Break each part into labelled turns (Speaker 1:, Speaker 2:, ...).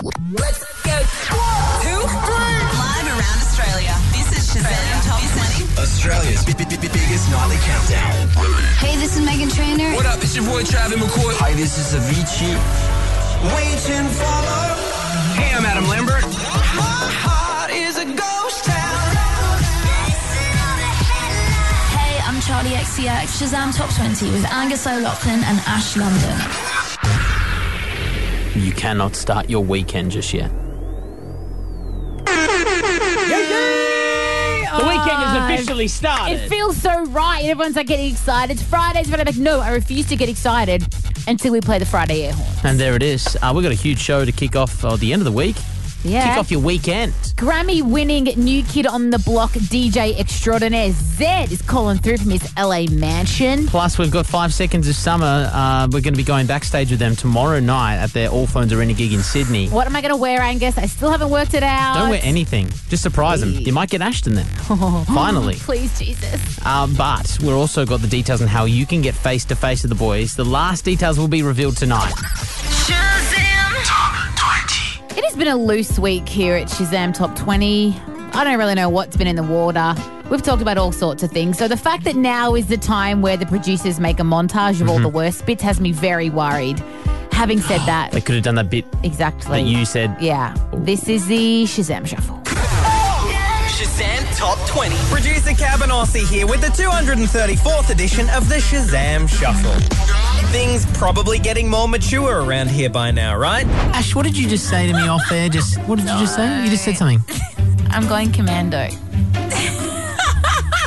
Speaker 1: Let's go. One, two, three.
Speaker 2: Live around Australia. This is Shazam Top 20.
Speaker 3: Australia's b- b- b- biggest nightly countdown.
Speaker 4: Hey, this is Megan Trainer.
Speaker 5: What up? It's your boy Travis McCoy.
Speaker 3: Hi, this is Avicii. Waiting for love.
Speaker 5: Hey, I'm Adam Lambert.
Speaker 4: Hey, I'm Charlie XCX. Shazam Top 20 with Angus O'Loughlin and Ash London.
Speaker 6: You cannot start your weekend just yet.
Speaker 7: The weekend is officially started.
Speaker 8: It feels so right. Everyone's like getting excited. It's Friday's Friday. I'm like, no, I refuse to get excited until we play the Friday air horn.
Speaker 6: And there it is. Uh, we've got a huge show to kick off uh, the end of the week.
Speaker 8: Yeah.
Speaker 6: Kick off your weekend.
Speaker 8: Grammy winning new kid on the block, DJ extraordinaire Zed, is calling through from his LA mansion.
Speaker 6: Plus, we've got five seconds of summer. Uh, we're going to be going backstage with them tomorrow night at their All Phones Arena gig in Sydney.
Speaker 8: What am I going to wear, Angus? I still haven't worked it out.
Speaker 6: Don't wear anything. Just surprise them. You might get Ashton then. Finally.
Speaker 8: Please, Jesus.
Speaker 6: Uh, but we've also got the details on how you can get face to face with the boys. The last details will be revealed tonight.
Speaker 2: Shazam!
Speaker 8: It has been a loose week here at Shazam Top 20. I don't really know what's been in the water. We've talked about all sorts of things. So the fact that now is the time where the producers make a montage of all
Speaker 6: Mm-hmm.
Speaker 8: the worst bits has me very worried. Having said that,
Speaker 6: They could have done that bit
Speaker 8: exactly.
Speaker 6: that you said. Oh.
Speaker 8: Yeah. This is the Shazam Shuffle.
Speaker 3: Shazam Top 20.
Speaker 5: Producer Cabin Aussie here with the 234th edition of the Shazam Shuffle. Things probably getting more mature around here by now, right?
Speaker 6: Ash, what did you just say to me off there? Just what did you just say? You just said something.
Speaker 8: I'm going commando.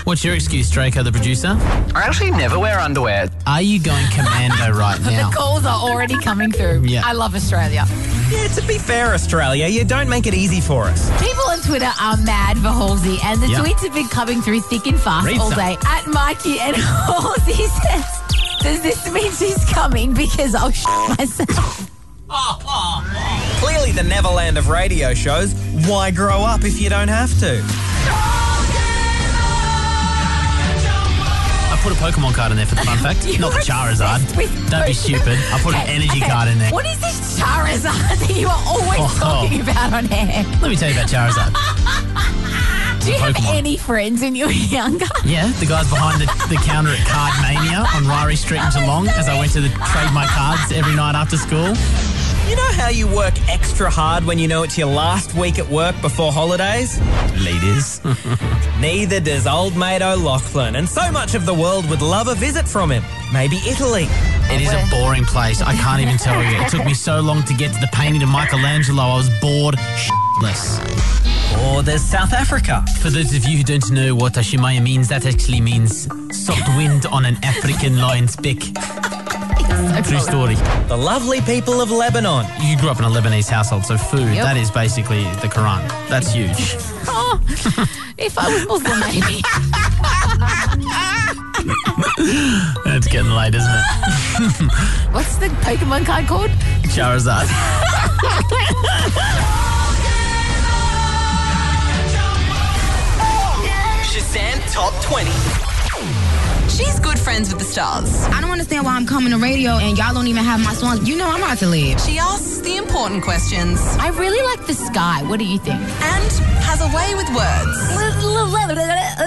Speaker 6: What's your excuse, Draco, the producer?
Speaker 3: I actually never wear underwear.
Speaker 6: Are you going commando right now?
Speaker 8: Calls are already coming through.
Speaker 6: Yeah.
Speaker 8: I love Australia.
Speaker 5: Yeah, to be fair, Australia, you don't make it easy for us.
Speaker 8: People on Twitter are mad for Halsey, and the
Speaker 6: Yeah.
Speaker 8: tweets have been coming through thick and fast
Speaker 6: Read
Speaker 8: all
Speaker 6: some.
Speaker 8: day. At Mikey and Halsey says, "Does this mean she's coming? Because I'll sh- myself."
Speaker 5: Clearly, the Neverland of radio shows. Why grow up if you don't have to?
Speaker 6: I put a Pokemon card in there for the fun fact. Not the Charizard.
Speaker 8: with
Speaker 6: Don't be stupid. I put an energy card in there.
Speaker 8: What is this Charizard that you are always
Speaker 6: Oh.
Speaker 8: talking about on air?
Speaker 6: Let me tell you about Charizard.
Speaker 8: Do you have
Speaker 6: Pokemon.
Speaker 8: any friends when you were younger?
Speaker 6: Yeah, the guys behind the, the counter at Card Mania on Rari Street in Geelong as I went to the trade my cards every night after school.
Speaker 5: You know how you work extra hard when you know it's your last week at work before holidays?
Speaker 6: Leaders.
Speaker 5: Neither does old mate O'Loughlin, and so much of the world would love a visit from him. Maybe Italy.
Speaker 6: It is a boring place. I can't even tell you. It took me so long to get to the painting of Michelangelo. I was bored shitless.
Speaker 5: Or there's South Africa.
Speaker 6: For those of you who don't know what Ashimaya means, that actually means soft wind on an African lion's beak. True story.
Speaker 5: The lovely people of Lebanon.
Speaker 6: You grew up in a Lebanese household, so food,
Speaker 8: Yep.
Speaker 6: that is basically the Quran. That's huge.
Speaker 8: Oh, if I was Muslim, maybe.
Speaker 6: it's getting late, isn't it?
Speaker 8: What's the Pokemon card called?
Speaker 6: Charizard.
Speaker 3: Shazam Top 20.
Speaker 2: She's good friends with the stars.
Speaker 9: I don't understand why I'm coming to radio and y'all don't even have my songs. You know I'm about to leave.
Speaker 2: She asks the important questions
Speaker 8: I really like the sky. What do you think?
Speaker 2: and has a way with words.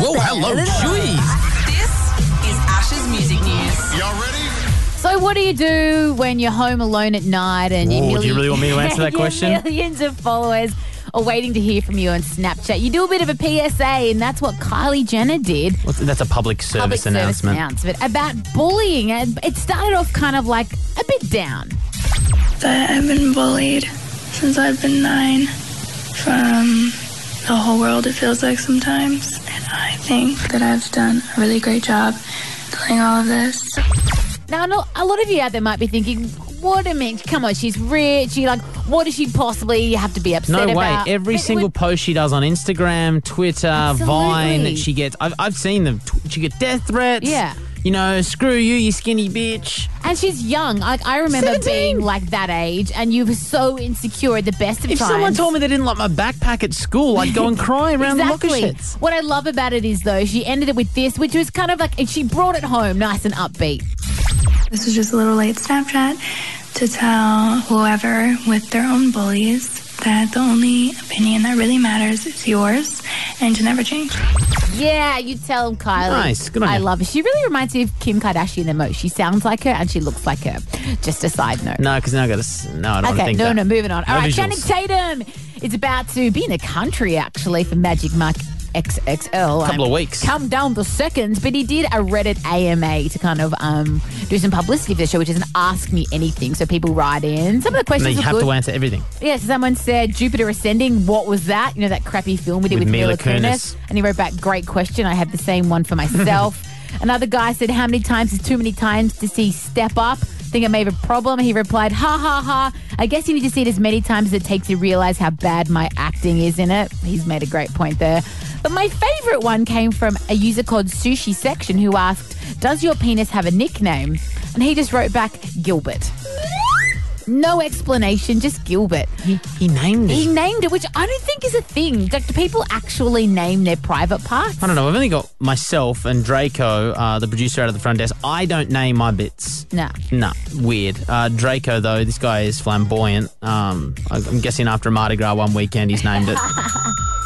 Speaker 8: Whoa,
Speaker 6: jeez.
Speaker 2: This is Ash's music news.
Speaker 8: So, what do you do when you're home alone at night and
Speaker 6: Whoa,
Speaker 8: you
Speaker 6: do you really want me to answer that
Speaker 8: your
Speaker 6: question?
Speaker 8: Millions of followers are waiting to hear from you on Snapchat. You do a bit of a PSA, and that's what Kylie Jenner did.
Speaker 6: What's, that's a public
Speaker 8: Public
Speaker 6: service
Speaker 8: service
Speaker 6: announcement.
Speaker 8: announcement about bullying, and it started off kind of like a bit down.
Speaker 10: that I've been bullied since I've been nine from the whole world, it feels like sometimes. And I think that I've done a really great job doing all of this.
Speaker 8: Now, I know a lot of you out there might be thinking, "What a minute! Come on, she's rich. She like, what does she possibly have to be upset
Speaker 6: No way.
Speaker 8: about?"
Speaker 6: Every
Speaker 8: But it
Speaker 6: single
Speaker 8: would-
Speaker 6: post she does on Instagram, Twitter, Vine,
Speaker 8: Absolutely.
Speaker 6: she gets. I've, I've seen them. Tw- She gets death threats.
Speaker 8: Yeah.
Speaker 6: You know, screw you, you skinny bitch.
Speaker 8: And she's young. Like I remember
Speaker 6: 17.
Speaker 8: being like that age, and you were so insecure at the best of
Speaker 6: If
Speaker 8: times.
Speaker 6: someone told me they didn't like my backpack at school, I'd go and cry around the locker
Speaker 8: Exactly.
Speaker 6: sheds.
Speaker 8: What I love about it is, though, she ended it with this, which was kind of like she brought it home nice and upbeat.
Speaker 10: This was just a little late Snapchat to tell whoever with their own bullies that the only opinion that really matters is yours and to never change.
Speaker 8: Yeah, you tell him, Kylie.
Speaker 6: Nice, good on
Speaker 8: I
Speaker 6: you.
Speaker 8: love her. She really reminds me of Kim Kardashian the most. She sounds like her and she looks like her. Just a side note.
Speaker 6: No, because now I got to. No, I don't want to
Speaker 8: okay,
Speaker 6: think
Speaker 8: no,
Speaker 6: that.
Speaker 8: no, moving on.
Speaker 6: No
Speaker 8: All right,
Speaker 6: visuals.
Speaker 8: Channing Tatum is about to be in the country actually for Magic Mike XXL.
Speaker 6: Couple of weeks.
Speaker 8: Um, Come down the seconds, but he did a Reddit AMA to kind of um, do some publicity for the show, which is an Ask Me Anything. So people write in. Some of the
Speaker 6: And
Speaker 8: questions
Speaker 6: then you
Speaker 8: were
Speaker 6: have
Speaker 8: good.
Speaker 6: to answer everything.
Speaker 8: Yeah, so someone said Jupiter Ascending. What was that? You know that crappy film we did with,
Speaker 6: With
Speaker 8: Mila
Speaker 6: Mila
Speaker 8: Kunis.
Speaker 6: Kunis.
Speaker 8: And he wrote back, "Great question. I had the same one for myself." Another guy said, "How many times is too many times to see Step Up?" Think I may have a problem. He replied, "Ha ha ha. I guess you need to see it as many times as it takes to realize how bad my acting is in it." He's made a great point there. But my favorite one came from a user called Sushi Section who asked, "Does your penis have a nickname?" And he just wrote back, "Gilbert." No explanation, just Gilbert.
Speaker 6: He, he named it.
Speaker 8: He named it, which I don't think is a thing. Like, do people actually name their private parts?
Speaker 6: I don't know. I've only got myself and Draco, uh, the producer out of the front desk. I don't name my bits.
Speaker 8: No.
Speaker 6: Nah, weird. Uh, Draco, though, this guy is flamboyant. Um, I- I'm guessing after a Mardi Gras one weekend, he's named it.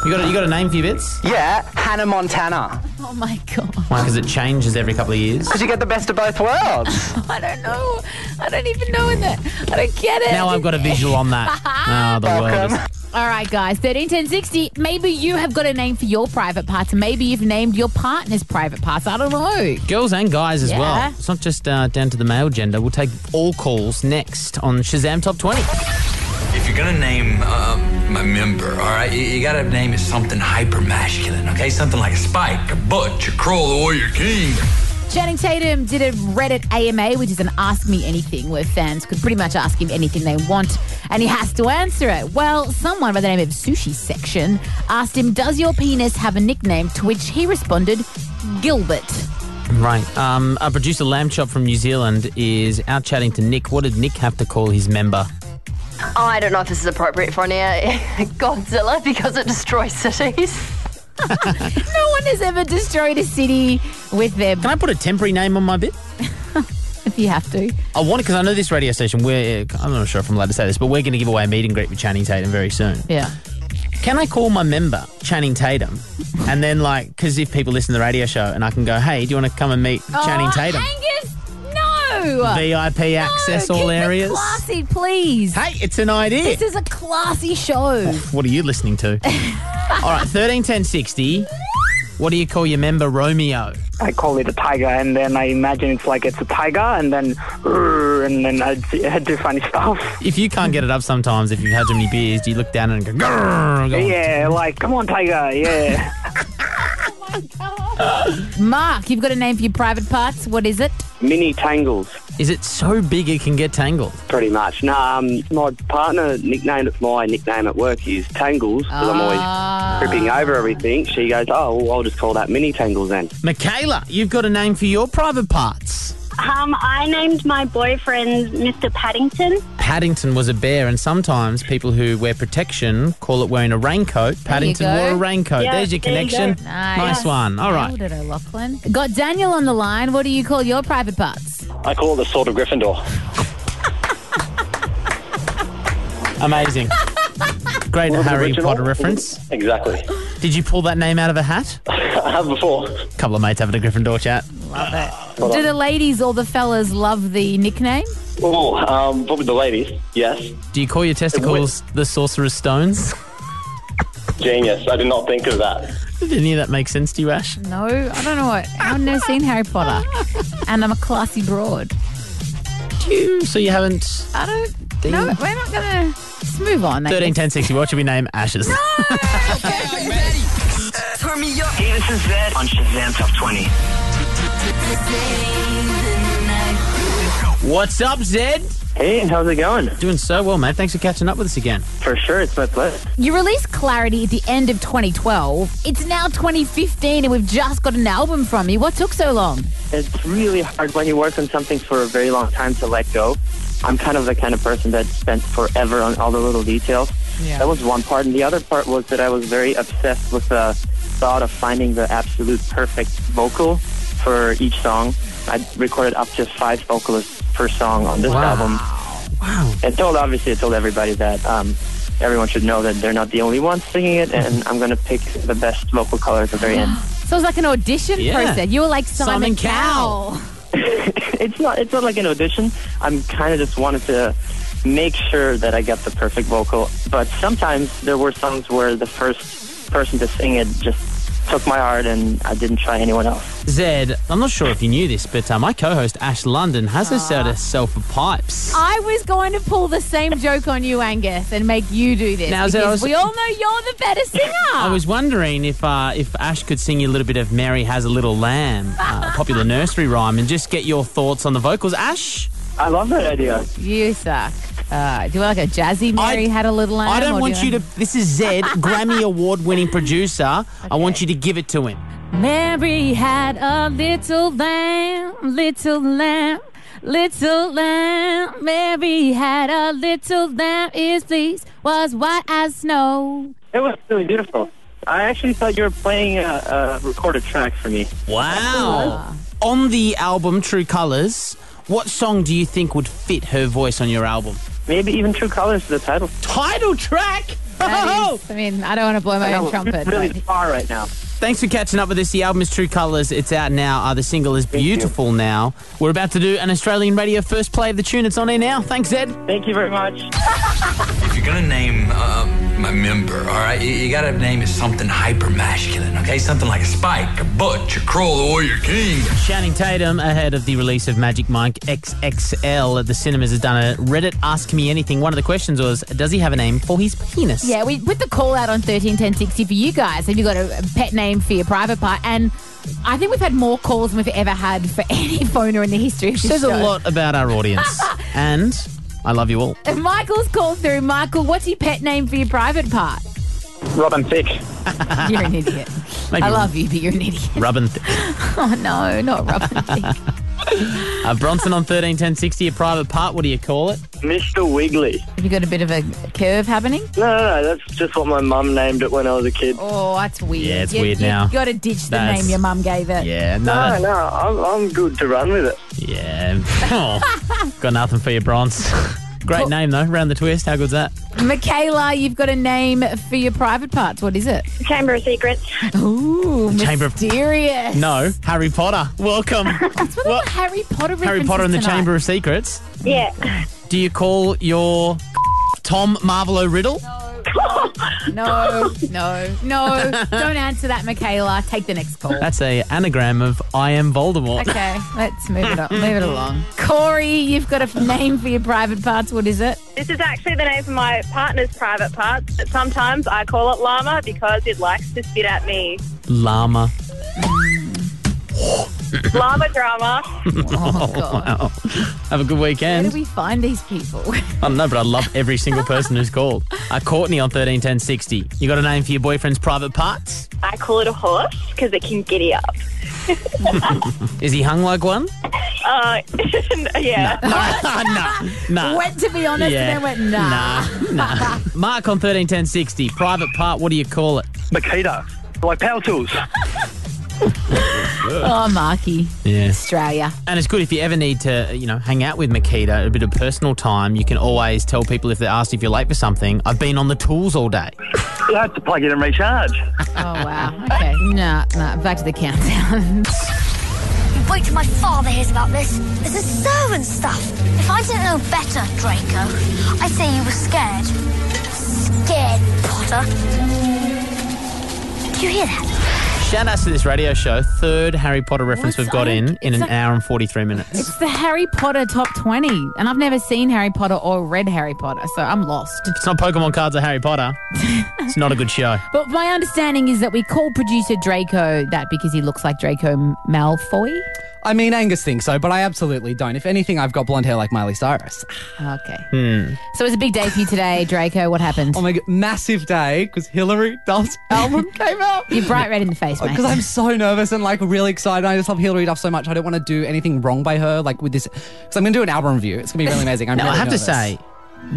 Speaker 6: you got a, you got a name for your bits?
Speaker 3: Yeah, Hannah Montana.
Speaker 8: Oh my god,
Speaker 6: Why? Because it changes every couple of years.
Speaker 3: Because you get the best of both worlds.
Speaker 8: I don't know. I don't even know in that. I don't get it.
Speaker 6: Now I've got a visual on that. Ah, the world. Is,
Speaker 8: All right, guys, thirteen ten sixty. Maybe you have got a name for your private parts. Maybe you've named your partner's private parts. I don't know.
Speaker 6: girls and guys as
Speaker 8: Yeah.
Speaker 6: well. It's not just uh, down to the male gender. We'll take all calls next on Shazam Top 20.
Speaker 11: If you're gonna name um, a member, all right, you, you gotta name it something hyper masculine, okay? Something like Spike, or Butch, or Kroll, or your King.
Speaker 8: Channing Tatum did a Reddit AMA, which is an Ask Me Anything, where fans could pretty much ask him anything they want, and he has to answer it. Well, someone by the name of Sushi Section asked him, Does your penis have a nickname? To which he responded, Gilbert.
Speaker 6: Right. Um, our producer, Lamb Chop from New Zealand, is out chatting to Nick. What did Nick have to call his member?
Speaker 12: I don't know if this is appropriate for an air Godzilla because it destroys cities.
Speaker 8: No one has ever destroyed a city with their. Can
Speaker 6: I put a temporary name on my bit?
Speaker 8: if you have to.
Speaker 6: I want because I know this radio station. We're I'm not sure if I'm allowed to say this, but we're going to give away a meet and greet with Channing Tatum very soon.
Speaker 8: Yeah.
Speaker 6: Can I call my member Channing Tatum, and then like because if people listen to the radio show, and I can go, hey, do you want to come and meet Channing
Speaker 8: Oh,
Speaker 6: Tatum?
Speaker 8: Angus, no!
Speaker 6: VIP access
Speaker 8: No,
Speaker 6: all
Speaker 8: keep it
Speaker 6: areas.
Speaker 8: classy, please.
Speaker 6: Hey, it's an idea.
Speaker 8: This is a classy show.
Speaker 6: What are you listening to? all right, thirteen ten sixty. What do you call your member Romeo?
Speaker 13: I call it a tiger, and then I imagine it's like it's a tiger, and then "Rrr," and then I d- I do funny stuff.
Speaker 6: If you can't get it up sometimes, if you've had too many beers, do you look down and go? "Grrr," go on.
Speaker 13: Yeah, like come on, tiger. Yeah.
Speaker 8: Mark, you've got a name for your private parts. What is it?
Speaker 13: Mini tangles.
Speaker 6: Is it so big it can get tangled?
Speaker 13: Pretty much. No, um, my partner nicknamed it. My nickname at work is Tangles because I'm
Speaker 6: Ah.
Speaker 13: always tripping over everything. She goes, "Oh, well, I'll just call that Mini Tangles then."
Speaker 6: Michaela, you've got a name for your private parts.
Speaker 14: Um, I named my boyfriend Mr. Paddington.
Speaker 6: Paddington was a bear, and sometimes people who wear protection call it wearing a raincoat. Paddington
Speaker 8: go.
Speaker 6: wore a raincoat.
Speaker 8: Yeah,
Speaker 6: There's your
Speaker 8: there you go.
Speaker 6: connection.
Speaker 8: Nice.
Speaker 6: one. All right.
Speaker 8: Nailed it, O'Loughlin. Got Daniel on the line. What do you call your private parts?
Speaker 15: I call it the sword of Gryffindor.
Speaker 6: Amazing. Great
Speaker 15: Well,
Speaker 6: Harry
Speaker 15: original.
Speaker 6: Potter reference.
Speaker 15: Exactly.
Speaker 6: Did you pull that name out of a hat?
Speaker 15: I have before.
Speaker 6: couple of mates having a Gryffindor chat.
Speaker 8: Love it. Do the ladies or the fellas love the nickname?
Speaker 15: Oh, um, probably the ladies. Yes.
Speaker 6: Do you call your testicles the Sorcerer's Stones?
Speaker 15: Genius. I did not think of that.
Speaker 6: Did any of that make sense to you, Ash?
Speaker 8: No, I don't know what. I've never seen Harry Potter, and I'm a classy broad.
Speaker 6: Do you? So you haven't.
Speaker 8: I don't. No, we're not gonna. Let's move on. I
Speaker 6: Thirteen
Speaker 8: guess.
Speaker 6: ten sixty. What should we name Ashes?
Speaker 1: Turn me up.
Speaker 3: Hey, this is Zed on Shazam Top 20.
Speaker 6: What's up, Zed?
Speaker 13: Hey, how's it going?
Speaker 6: Doing so well, mate. Thanks for catching up with us again.
Speaker 13: For sure, it's my pleasure.
Speaker 8: You released Clarity at the end of 2012. It's now 2015, and we've just got an album from you. What took so long?
Speaker 13: It's really hard when you work on something for a very long time to let go. I'm kind of the kind of person that spent forever on all the little details.
Speaker 16: Yeah.
Speaker 13: That was one part. And the other part was that I was very obsessed with the thought of finding the absolute perfect vocal for each song. I recorded up to five vocalists per song on this
Speaker 6: Wow.
Speaker 13: album.
Speaker 6: Wow.
Speaker 13: And told, obviously, I told everybody that um, everyone should know that they're not the only ones singing it, and I'm going to pick the best vocal color at the very end.
Speaker 8: So it was like an audition
Speaker 13: Yeah.
Speaker 8: process. You were like Simon,
Speaker 13: Simon
Speaker 8: Cowell.
Speaker 13: it's not it's not like an audition. I'm kind of just wanted to make sure that I got the perfect vocal. But sometimes there were songs where the first person to sing it just took my heart, and I didn't try anyone else.
Speaker 6: Zed, I'm not sure if you knew this, but uh, my co-host Ash London has herself herself for pipes.
Speaker 8: I was going to pull the same joke on you, Angus, and make you do this.
Speaker 6: Now,
Speaker 8: because
Speaker 6: is it- I was-
Speaker 8: we all know you're the better singer.
Speaker 6: I was wondering if uh, if Ash could sing you a little bit of "Mary Has a Little Lamb," uh, a popular nursery rhyme, and just get your thoughts on the vocals. Ash,
Speaker 13: I love that idea.
Speaker 8: You suck. Uh, do you want like a jazzy Mary had a little lamb?
Speaker 6: I
Speaker 8: or
Speaker 6: don't
Speaker 8: do
Speaker 6: want you to. This is Zed, Grammy award-winning producer. I want you to give it to him.
Speaker 8: Mary had a little lamb, little lamb, little lamb. Mary had a little lamb. His fleece was white as snow.
Speaker 13: It was really beautiful. I actually thought you were playing a, a recorded track for me.
Speaker 6: Wow. On the album True Colors, what song do you think would fit her voice on your album?
Speaker 13: Maybe even True Colors is the title.
Speaker 6: Title track? Oh,
Speaker 8: That is- I mean, I don't want to blow my
Speaker 13: I
Speaker 8: own
Speaker 13: know,
Speaker 8: trumpet.
Speaker 13: really
Speaker 8: but-
Speaker 13: far right now.
Speaker 6: Thanks for catching up with us. The album is True Colors. It's out now. Uh, the single is Beautiful now. We're about to do an Australian radio first play of the tune. It's on air now. Thanks, Ed.
Speaker 13: Thank you very much.
Speaker 11: If you're gonna name um, my member, all right, you, you gotta name it something hyper masculine, okay? Something like a Spike, a Butch, a Kroll, or your King.
Speaker 6: Channing Tatum, ahead of the release of Magic Mike XXL at the cinemas, has done a Reddit Ask Me Anything. One of the questions was, does he have a name for his penis?
Speaker 8: Yeah, we put the call out on 131060 for you guys. Have you got a a pet name for your private part? And I think we've had more calls than we've ever had for any phoner in the history of this
Speaker 6: Says a
Speaker 8: show.
Speaker 6: lot about our audience. and I love you all.
Speaker 8: If Michael's called through, Michael, what's your pet name for your private part?
Speaker 13: Robin Thicke.
Speaker 8: You're an idiot.
Speaker 6: Maybe
Speaker 8: I love you, but you're an idiot.
Speaker 6: Rubbin' th-
Speaker 8: Oh, no, not Robin.
Speaker 6: uh, Bronson on 131060, a private part. What do you call it?
Speaker 13: Mr. Wiggly.
Speaker 8: Have you got a bit of a curve happening?
Speaker 13: No, no, no, that's just what my mum named it when I was a kid.
Speaker 8: Oh, that's weird.
Speaker 6: Yeah, it's
Speaker 8: You-
Speaker 6: weird
Speaker 8: you
Speaker 6: now.
Speaker 8: got to ditch the
Speaker 6: That's-
Speaker 8: name your mum gave it.
Speaker 6: Yeah, no.
Speaker 13: No, Oh, no, I'm, I'm good to run with it.
Speaker 6: Yeah. Oh, got nothing for you, Bronze. Great name, though. Round the twist. How good's that?
Speaker 8: Michaela, you've got a name for your private parts. What is it? Chamber of Secrets. Ooh,
Speaker 6: Chamber of-
Speaker 8: mysterious.
Speaker 6: No, Harry Potter. Welcome.
Speaker 8: That's what all the Harry Potter
Speaker 6: Harry Potter and the Chamber of Secrets.
Speaker 8: Yeah.
Speaker 6: Do you call your Tom Marvolo Riddle?
Speaker 8: No, no, no. Don't answer that, Michaela. Take the next call.
Speaker 6: That's a anagram of I am Voldemort.
Speaker 8: Okay, let's move it up. Move it along. Corey, you've got a f- name for your private parts. What is it?
Speaker 16: This is actually the name for my partner's private parts, but sometimes I call it llama because it likes to spit at me.
Speaker 6: Llama.
Speaker 16: llama drama.
Speaker 6: wow. Have a good
Speaker 8: Where
Speaker 6: weekend.
Speaker 8: do we find these people?
Speaker 6: I don't know, but I love every single person who's called. Uh, Courtney on 131060. You got a name for your boyfriend's private parts?
Speaker 16: I call it a horse because it can giddy up.
Speaker 6: Is he hung like one?
Speaker 16: Uh, yeah.
Speaker 6: no, Nah.
Speaker 8: Went to be honest
Speaker 6: Yeah.
Speaker 8: and then went, nah.
Speaker 6: Nah, nah. Mark on 131060. Private part, what do you call it?
Speaker 17: Makita. Like power tools.
Speaker 8: Oh, Marky.
Speaker 6: Yes.
Speaker 8: Australia.
Speaker 6: And it's good if you ever need to, you know, hang out with Makita, a bit of personal time. You can always tell people if they're asked if you're late for something, I've been on the tools all day.
Speaker 17: You have to plug in and recharge.
Speaker 8: Oh, wow. Okay. Nah, nah. Back to the countdown.
Speaker 18: Wait till my father hears about this. This is servant stuff. If I didn't know better, Draco, I'd say you were scared. Scared, Potter. Do you hear that?
Speaker 6: Shout outs to this radio show. Third Harry Potter reference we've got in in an
Speaker 8: like-
Speaker 6: hour and 43 minutes.
Speaker 8: It's the Harry Potter top 20. And I've never seen Harry Potter or read Harry Potter, so I'm lost.
Speaker 6: It's not Pokemon cards or Harry Potter. it's not a good show.
Speaker 8: But my understanding is that we call producer Draco that because he looks like Draco Malfoy.
Speaker 19: I mean, Angus thinks so, but I absolutely don't. If anything, I've got blonde hair like Miley Cyrus.
Speaker 8: Okay.
Speaker 19: Hmm.
Speaker 8: So it was a big day for you today, Draco. What happened?
Speaker 19: Oh my god, massive day because Hillary Duff's album came out.
Speaker 8: You're bright red in the face, mate.
Speaker 19: Because I'm so nervous and like really excited. I just love Hillary Duff so much. I don't want to do anything wrong by her, like with this. Because I'm going to do an album review. It's going to be really amazing. I'm
Speaker 6: now,
Speaker 19: really
Speaker 6: I have
Speaker 19: nervous.
Speaker 6: to say,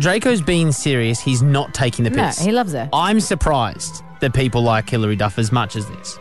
Speaker 6: Draco's being serious. He's not taking the
Speaker 19: No,
Speaker 6: piss.
Speaker 19: he
Speaker 8: loves her.
Speaker 6: I'm surprised that people like Hillary Duff as much as this.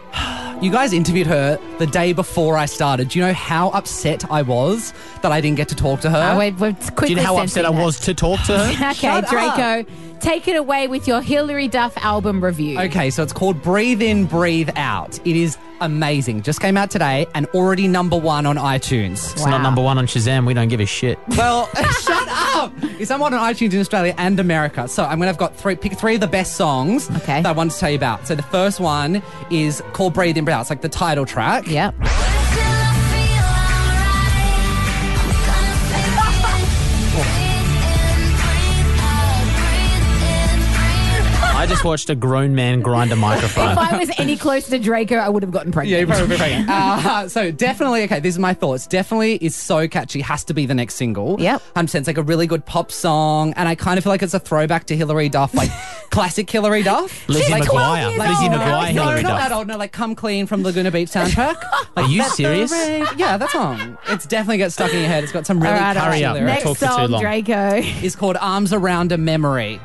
Speaker 19: You guys interviewed her the day before I started. Do you know how upset I was that I didn't get to talk to her?
Speaker 8: Oh, wait, wait, quickly
Speaker 19: Do you know how upset
Speaker 8: sensing
Speaker 19: I
Speaker 8: that.
Speaker 19: was to talk to her?
Speaker 8: okay, Draco. Take it away with your Hillary Duff album review.
Speaker 19: Okay, so it's called Breathe In, Breathe Out. It is amazing. Just came out today and already number one on iTunes.
Speaker 6: It's not number one on Shazam. We don't give a shit.
Speaker 19: Well, shut up. It's number one on iTunes in Australia and America. So I'm gonna have got three pick three of the best songs okay. that I want to tell you about. So the first one is called Breathe In, Breathe Out. It's like the title track.
Speaker 8: Yep.
Speaker 6: I just watched a grown man grind a microphone.
Speaker 8: If I was any closer to Draco, I would have gotten pregnant.
Speaker 19: Yeah, you're probably pregnant. Uh, so definitely, okay, this is my thoughts. Definitely is so catchy, has to be the next single.
Speaker 8: Yep.
Speaker 19: 100%. It's like a really good pop song, and I kind of feel like it's a throwback to Hillary Duff, like classic Hillary Duff.
Speaker 6: Lizzie
Speaker 19: like,
Speaker 6: McGuire. Lizzie
Speaker 19: no,
Speaker 6: McGuire,
Speaker 19: no,
Speaker 6: Hillary
Speaker 19: not
Speaker 6: Duff.
Speaker 19: that old. No, like Come Clean from Laguna Beach soundtrack. Like,
Speaker 6: Are you
Speaker 19: "Let the
Speaker 6: serious?
Speaker 19: rain-" Yeah, that song. It's definitely gets stuck in your head. It's got some really
Speaker 8: All right, all
Speaker 19: catchy
Speaker 8: right.
Speaker 19: lyrics.
Speaker 8: Next song, Draco.
Speaker 19: It's called Arms Around a Memory.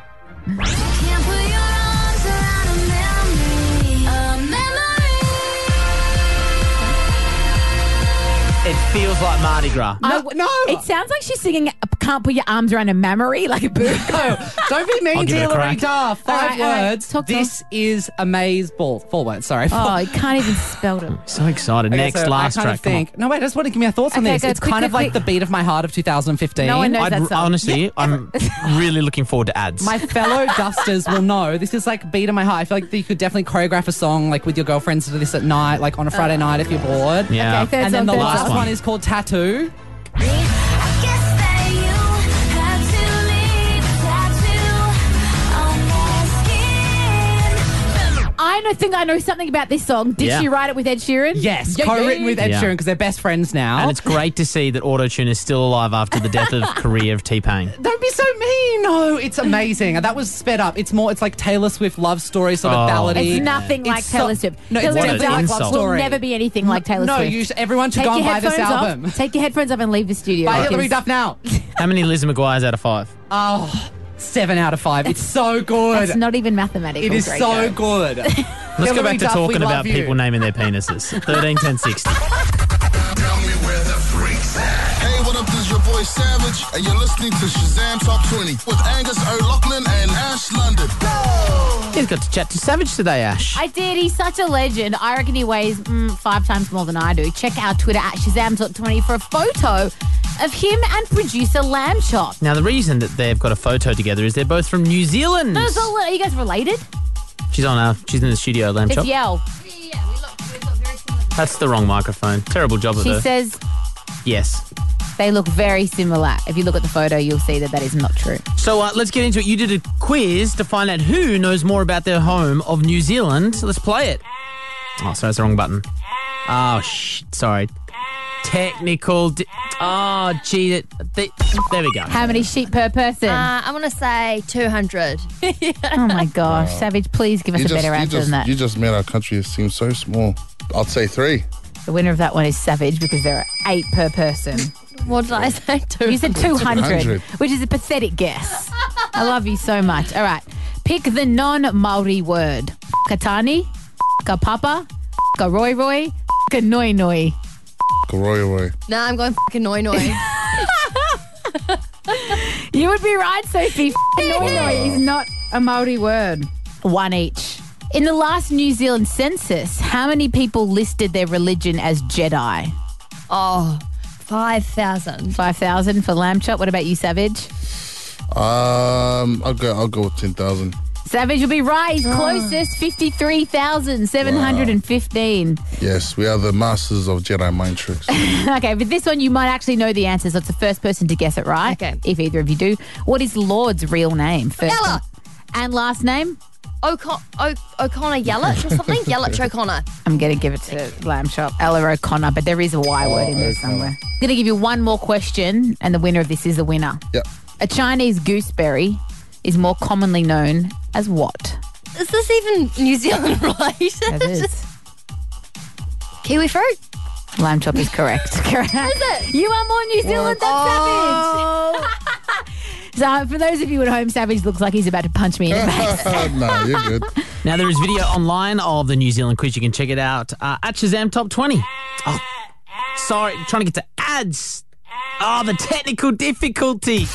Speaker 6: It feels like Mardi Gras.
Speaker 8: I w- Uh, It sounds like she's singing Can't Put Your Arms Around a Memory like a boo.
Speaker 19: Don't be
Speaker 8: I'll give
Speaker 19: mean to
Speaker 8: it a
Speaker 19: Hillary
Speaker 8: crack.
Speaker 19: Duff.
Speaker 8: All
Speaker 19: Five
Speaker 8: right, all right.
Speaker 19: words.
Speaker 8: Talk to
Speaker 19: this is a maze ball. Four words, sorry.
Speaker 8: Oh, you can't even spell them.
Speaker 6: So excited.
Speaker 19: Okay,
Speaker 6: Next,
Speaker 19: so
Speaker 6: last
Speaker 19: I kind
Speaker 6: track.
Speaker 19: Of think, no, wait, I just want to give me your thoughts on
Speaker 8: Okay,
Speaker 19: this.
Speaker 8: go,
Speaker 19: it's
Speaker 8: quick,
Speaker 19: kind
Speaker 8: quick,
Speaker 19: of like
Speaker 8: quick.
Speaker 19: the beat of my heart of 2015.
Speaker 8: No one knows
Speaker 6: I'd,
Speaker 8: that song.
Speaker 6: Honestly, I'm really looking forward to ads.
Speaker 19: My fellow dusters will know this is like beat of my heart. I feel like you could definitely choreograph a song like with your girlfriends to this at night, like on a Friday night if you're bored.
Speaker 6: Yeah. Okay, third
Speaker 19: and
Speaker 6: song,
Speaker 19: then the
Speaker 6: third
Speaker 19: last
Speaker 6: song.
Speaker 19: one is called Tattoo.
Speaker 8: I know, think I know something about this song. Did
Speaker 6: Yeah.
Speaker 8: she write it with Ed Sheeran?
Speaker 19: Yes,
Speaker 8: Yeah,
Speaker 19: co-written
Speaker 8: yeah,
Speaker 19: with Ed
Speaker 6: yeah.
Speaker 19: Sheeran because they're best friends now.
Speaker 6: And it's great to see that Autotune is still alive after the death of career of T Pain.
Speaker 19: Don't be so mean. No, it's amazing. And that was sped up. It's more. It's like Taylor Swift love story sort of
Speaker 6: Oh.
Speaker 19: ballady.
Speaker 8: It's nothing
Speaker 19: It's
Speaker 8: like
Speaker 19: so-
Speaker 8: Taylor Swift.
Speaker 19: No, it's
Speaker 8: Taylor
Speaker 6: What an
Speaker 8: Swift
Speaker 6: insult.
Speaker 8: will
Speaker 19: Story.
Speaker 8: never be anything like Taylor
Speaker 19: no,
Speaker 8: Swift.
Speaker 19: you sh- everyone should
Speaker 8: Take
Speaker 19: go and
Speaker 8: your
Speaker 19: buy this
Speaker 8: headphones off.
Speaker 19: album.
Speaker 8: Take your headphones off and leave the studio.
Speaker 19: Buy
Speaker 8: because-
Speaker 19: Hillary Duff now.
Speaker 6: How many Liz McGuire's out of five?
Speaker 19: Oh, seven out of five. It's so good.
Speaker 8: That's not even mathematical.
Speaker 19: it is
Speaker 8: Draco.
Speaker 19: so good. Let's
Speaker 6: Let's go back to talking about people naming their penises. 13, 10, 60.
Speaker 20: Hey, what up? This is your boy Savage, and you're listening to Shazam Top 20 with Angus O'Loughlin and Ash London.
Speaker 6: He's got to chat to Savage today, Ash.
Speaker 8: I did. He's such a legend. I reckon he weighs mm, five times more than I do. Check our Twitter at Shazam.20 for a photo of him and producer Lamb Chop.
Speaker 6: Now, the reason that they've got a photo together is they're both from New Zealand.
Speaker 8: Those are are you guys related?
Speaker 6: She's on our, she's in the studio, Lamb
Speaker 8: It's
Speaker 6: Chop.
Speaker 8: Yell.
Speaker 6: That's the wrong microphone. Terrible job of
Speaker 8: She
Speaker 6: her.
Speaker 8: says
Speaker 6: yes.
Speaker 8: they look very similar. If you look at the photo, you'll see that that is not true.
Speaker 6: So uh, let's get into it. You did a quiz to find out who knows more about their home of New Zealand. Let's play it. Oh, sorry, that's the wrong button. Oh, sh- sorry. Technical. Di- oh, gee. It, they- there we go.
Speaker 8: How many sheep per person?
Speaker 12: Uh, I'm gonna say 200.
Speaker 8: Oh my gosh, Savage! Please give us a better answer
Speaker 20: just,
Speaker 8: than that.
Speaker 20: you just made our country seem so small. I'd say three.
Speaker 8: The winner of that one is Savage because there are eight per person.
Speaker 12: What did I say?
Speaker 8: You said 200,
Speaker 20: 200.
Speaker 8: which is a pathetic guess. I love you so much. All right. Pick the non Maori word Katani, Kapapa, Roy Roy, Noi Noi.
Speaker 20: Karoyaway.
Speaker 12: Nah, I'm going fucking noi noi.
Speaker 8: You would be right, Sophie. Noi Noi is not a Maori word. One each. In the last New Zealand census, how many people listed their religion as Jedi?
Speaker 12: Oh, 5,000.
Speaker 8: 5,000 for Lamb Chop. What about you, Savage?
Speaker 20: Um, I'll go. I'll go with ten thousand.
Speaker 8: Savage will be right. He's closest, 53,715.
Speaker 20: Yes, we are the masters of Jedi mind tricks.
Speaker 8: okay, but this one you might actually know the answer, so it's the first person to guess it right. Okay. If either of you do. What is Lord's real name? First
Speaker 12: Ella.
Speaker 8: And last name?
Speaker 12: O'Con- o- O'Connor Yelich or something? Yelich O'Connor.
Speaker 8: I'm going to give it to Lamb Chop, Ella O'Connor, but there is a Y word in there somewhere. I'm going to give you one more question, and the winner of this is the winner.
Speaker 20: Yep.
Speaker 8: A Chinese gooseberry is more commonly known as what?
Speaker 12: Is this even New Zealand related?
Speaker 8: That is.
Speaker 12: Kiwi fruit?
Speaker 8: Lamb Chop is correct. correct.
Speaker 12: it?
Speaker 8: You are more New Zealand than
Speaker 12: Oh.
Speaker 8: Savage. So, for those of you at home, Savage looks like he's about to punch me in the face.
Speaker 20: no, you're good.
Speaker 6: Now, there is video online of the New Zealand quiz. You can check it out uh, at Shazam Top 20. Oh, sorry. Trying to get to ads. Oh, the technical difficulty.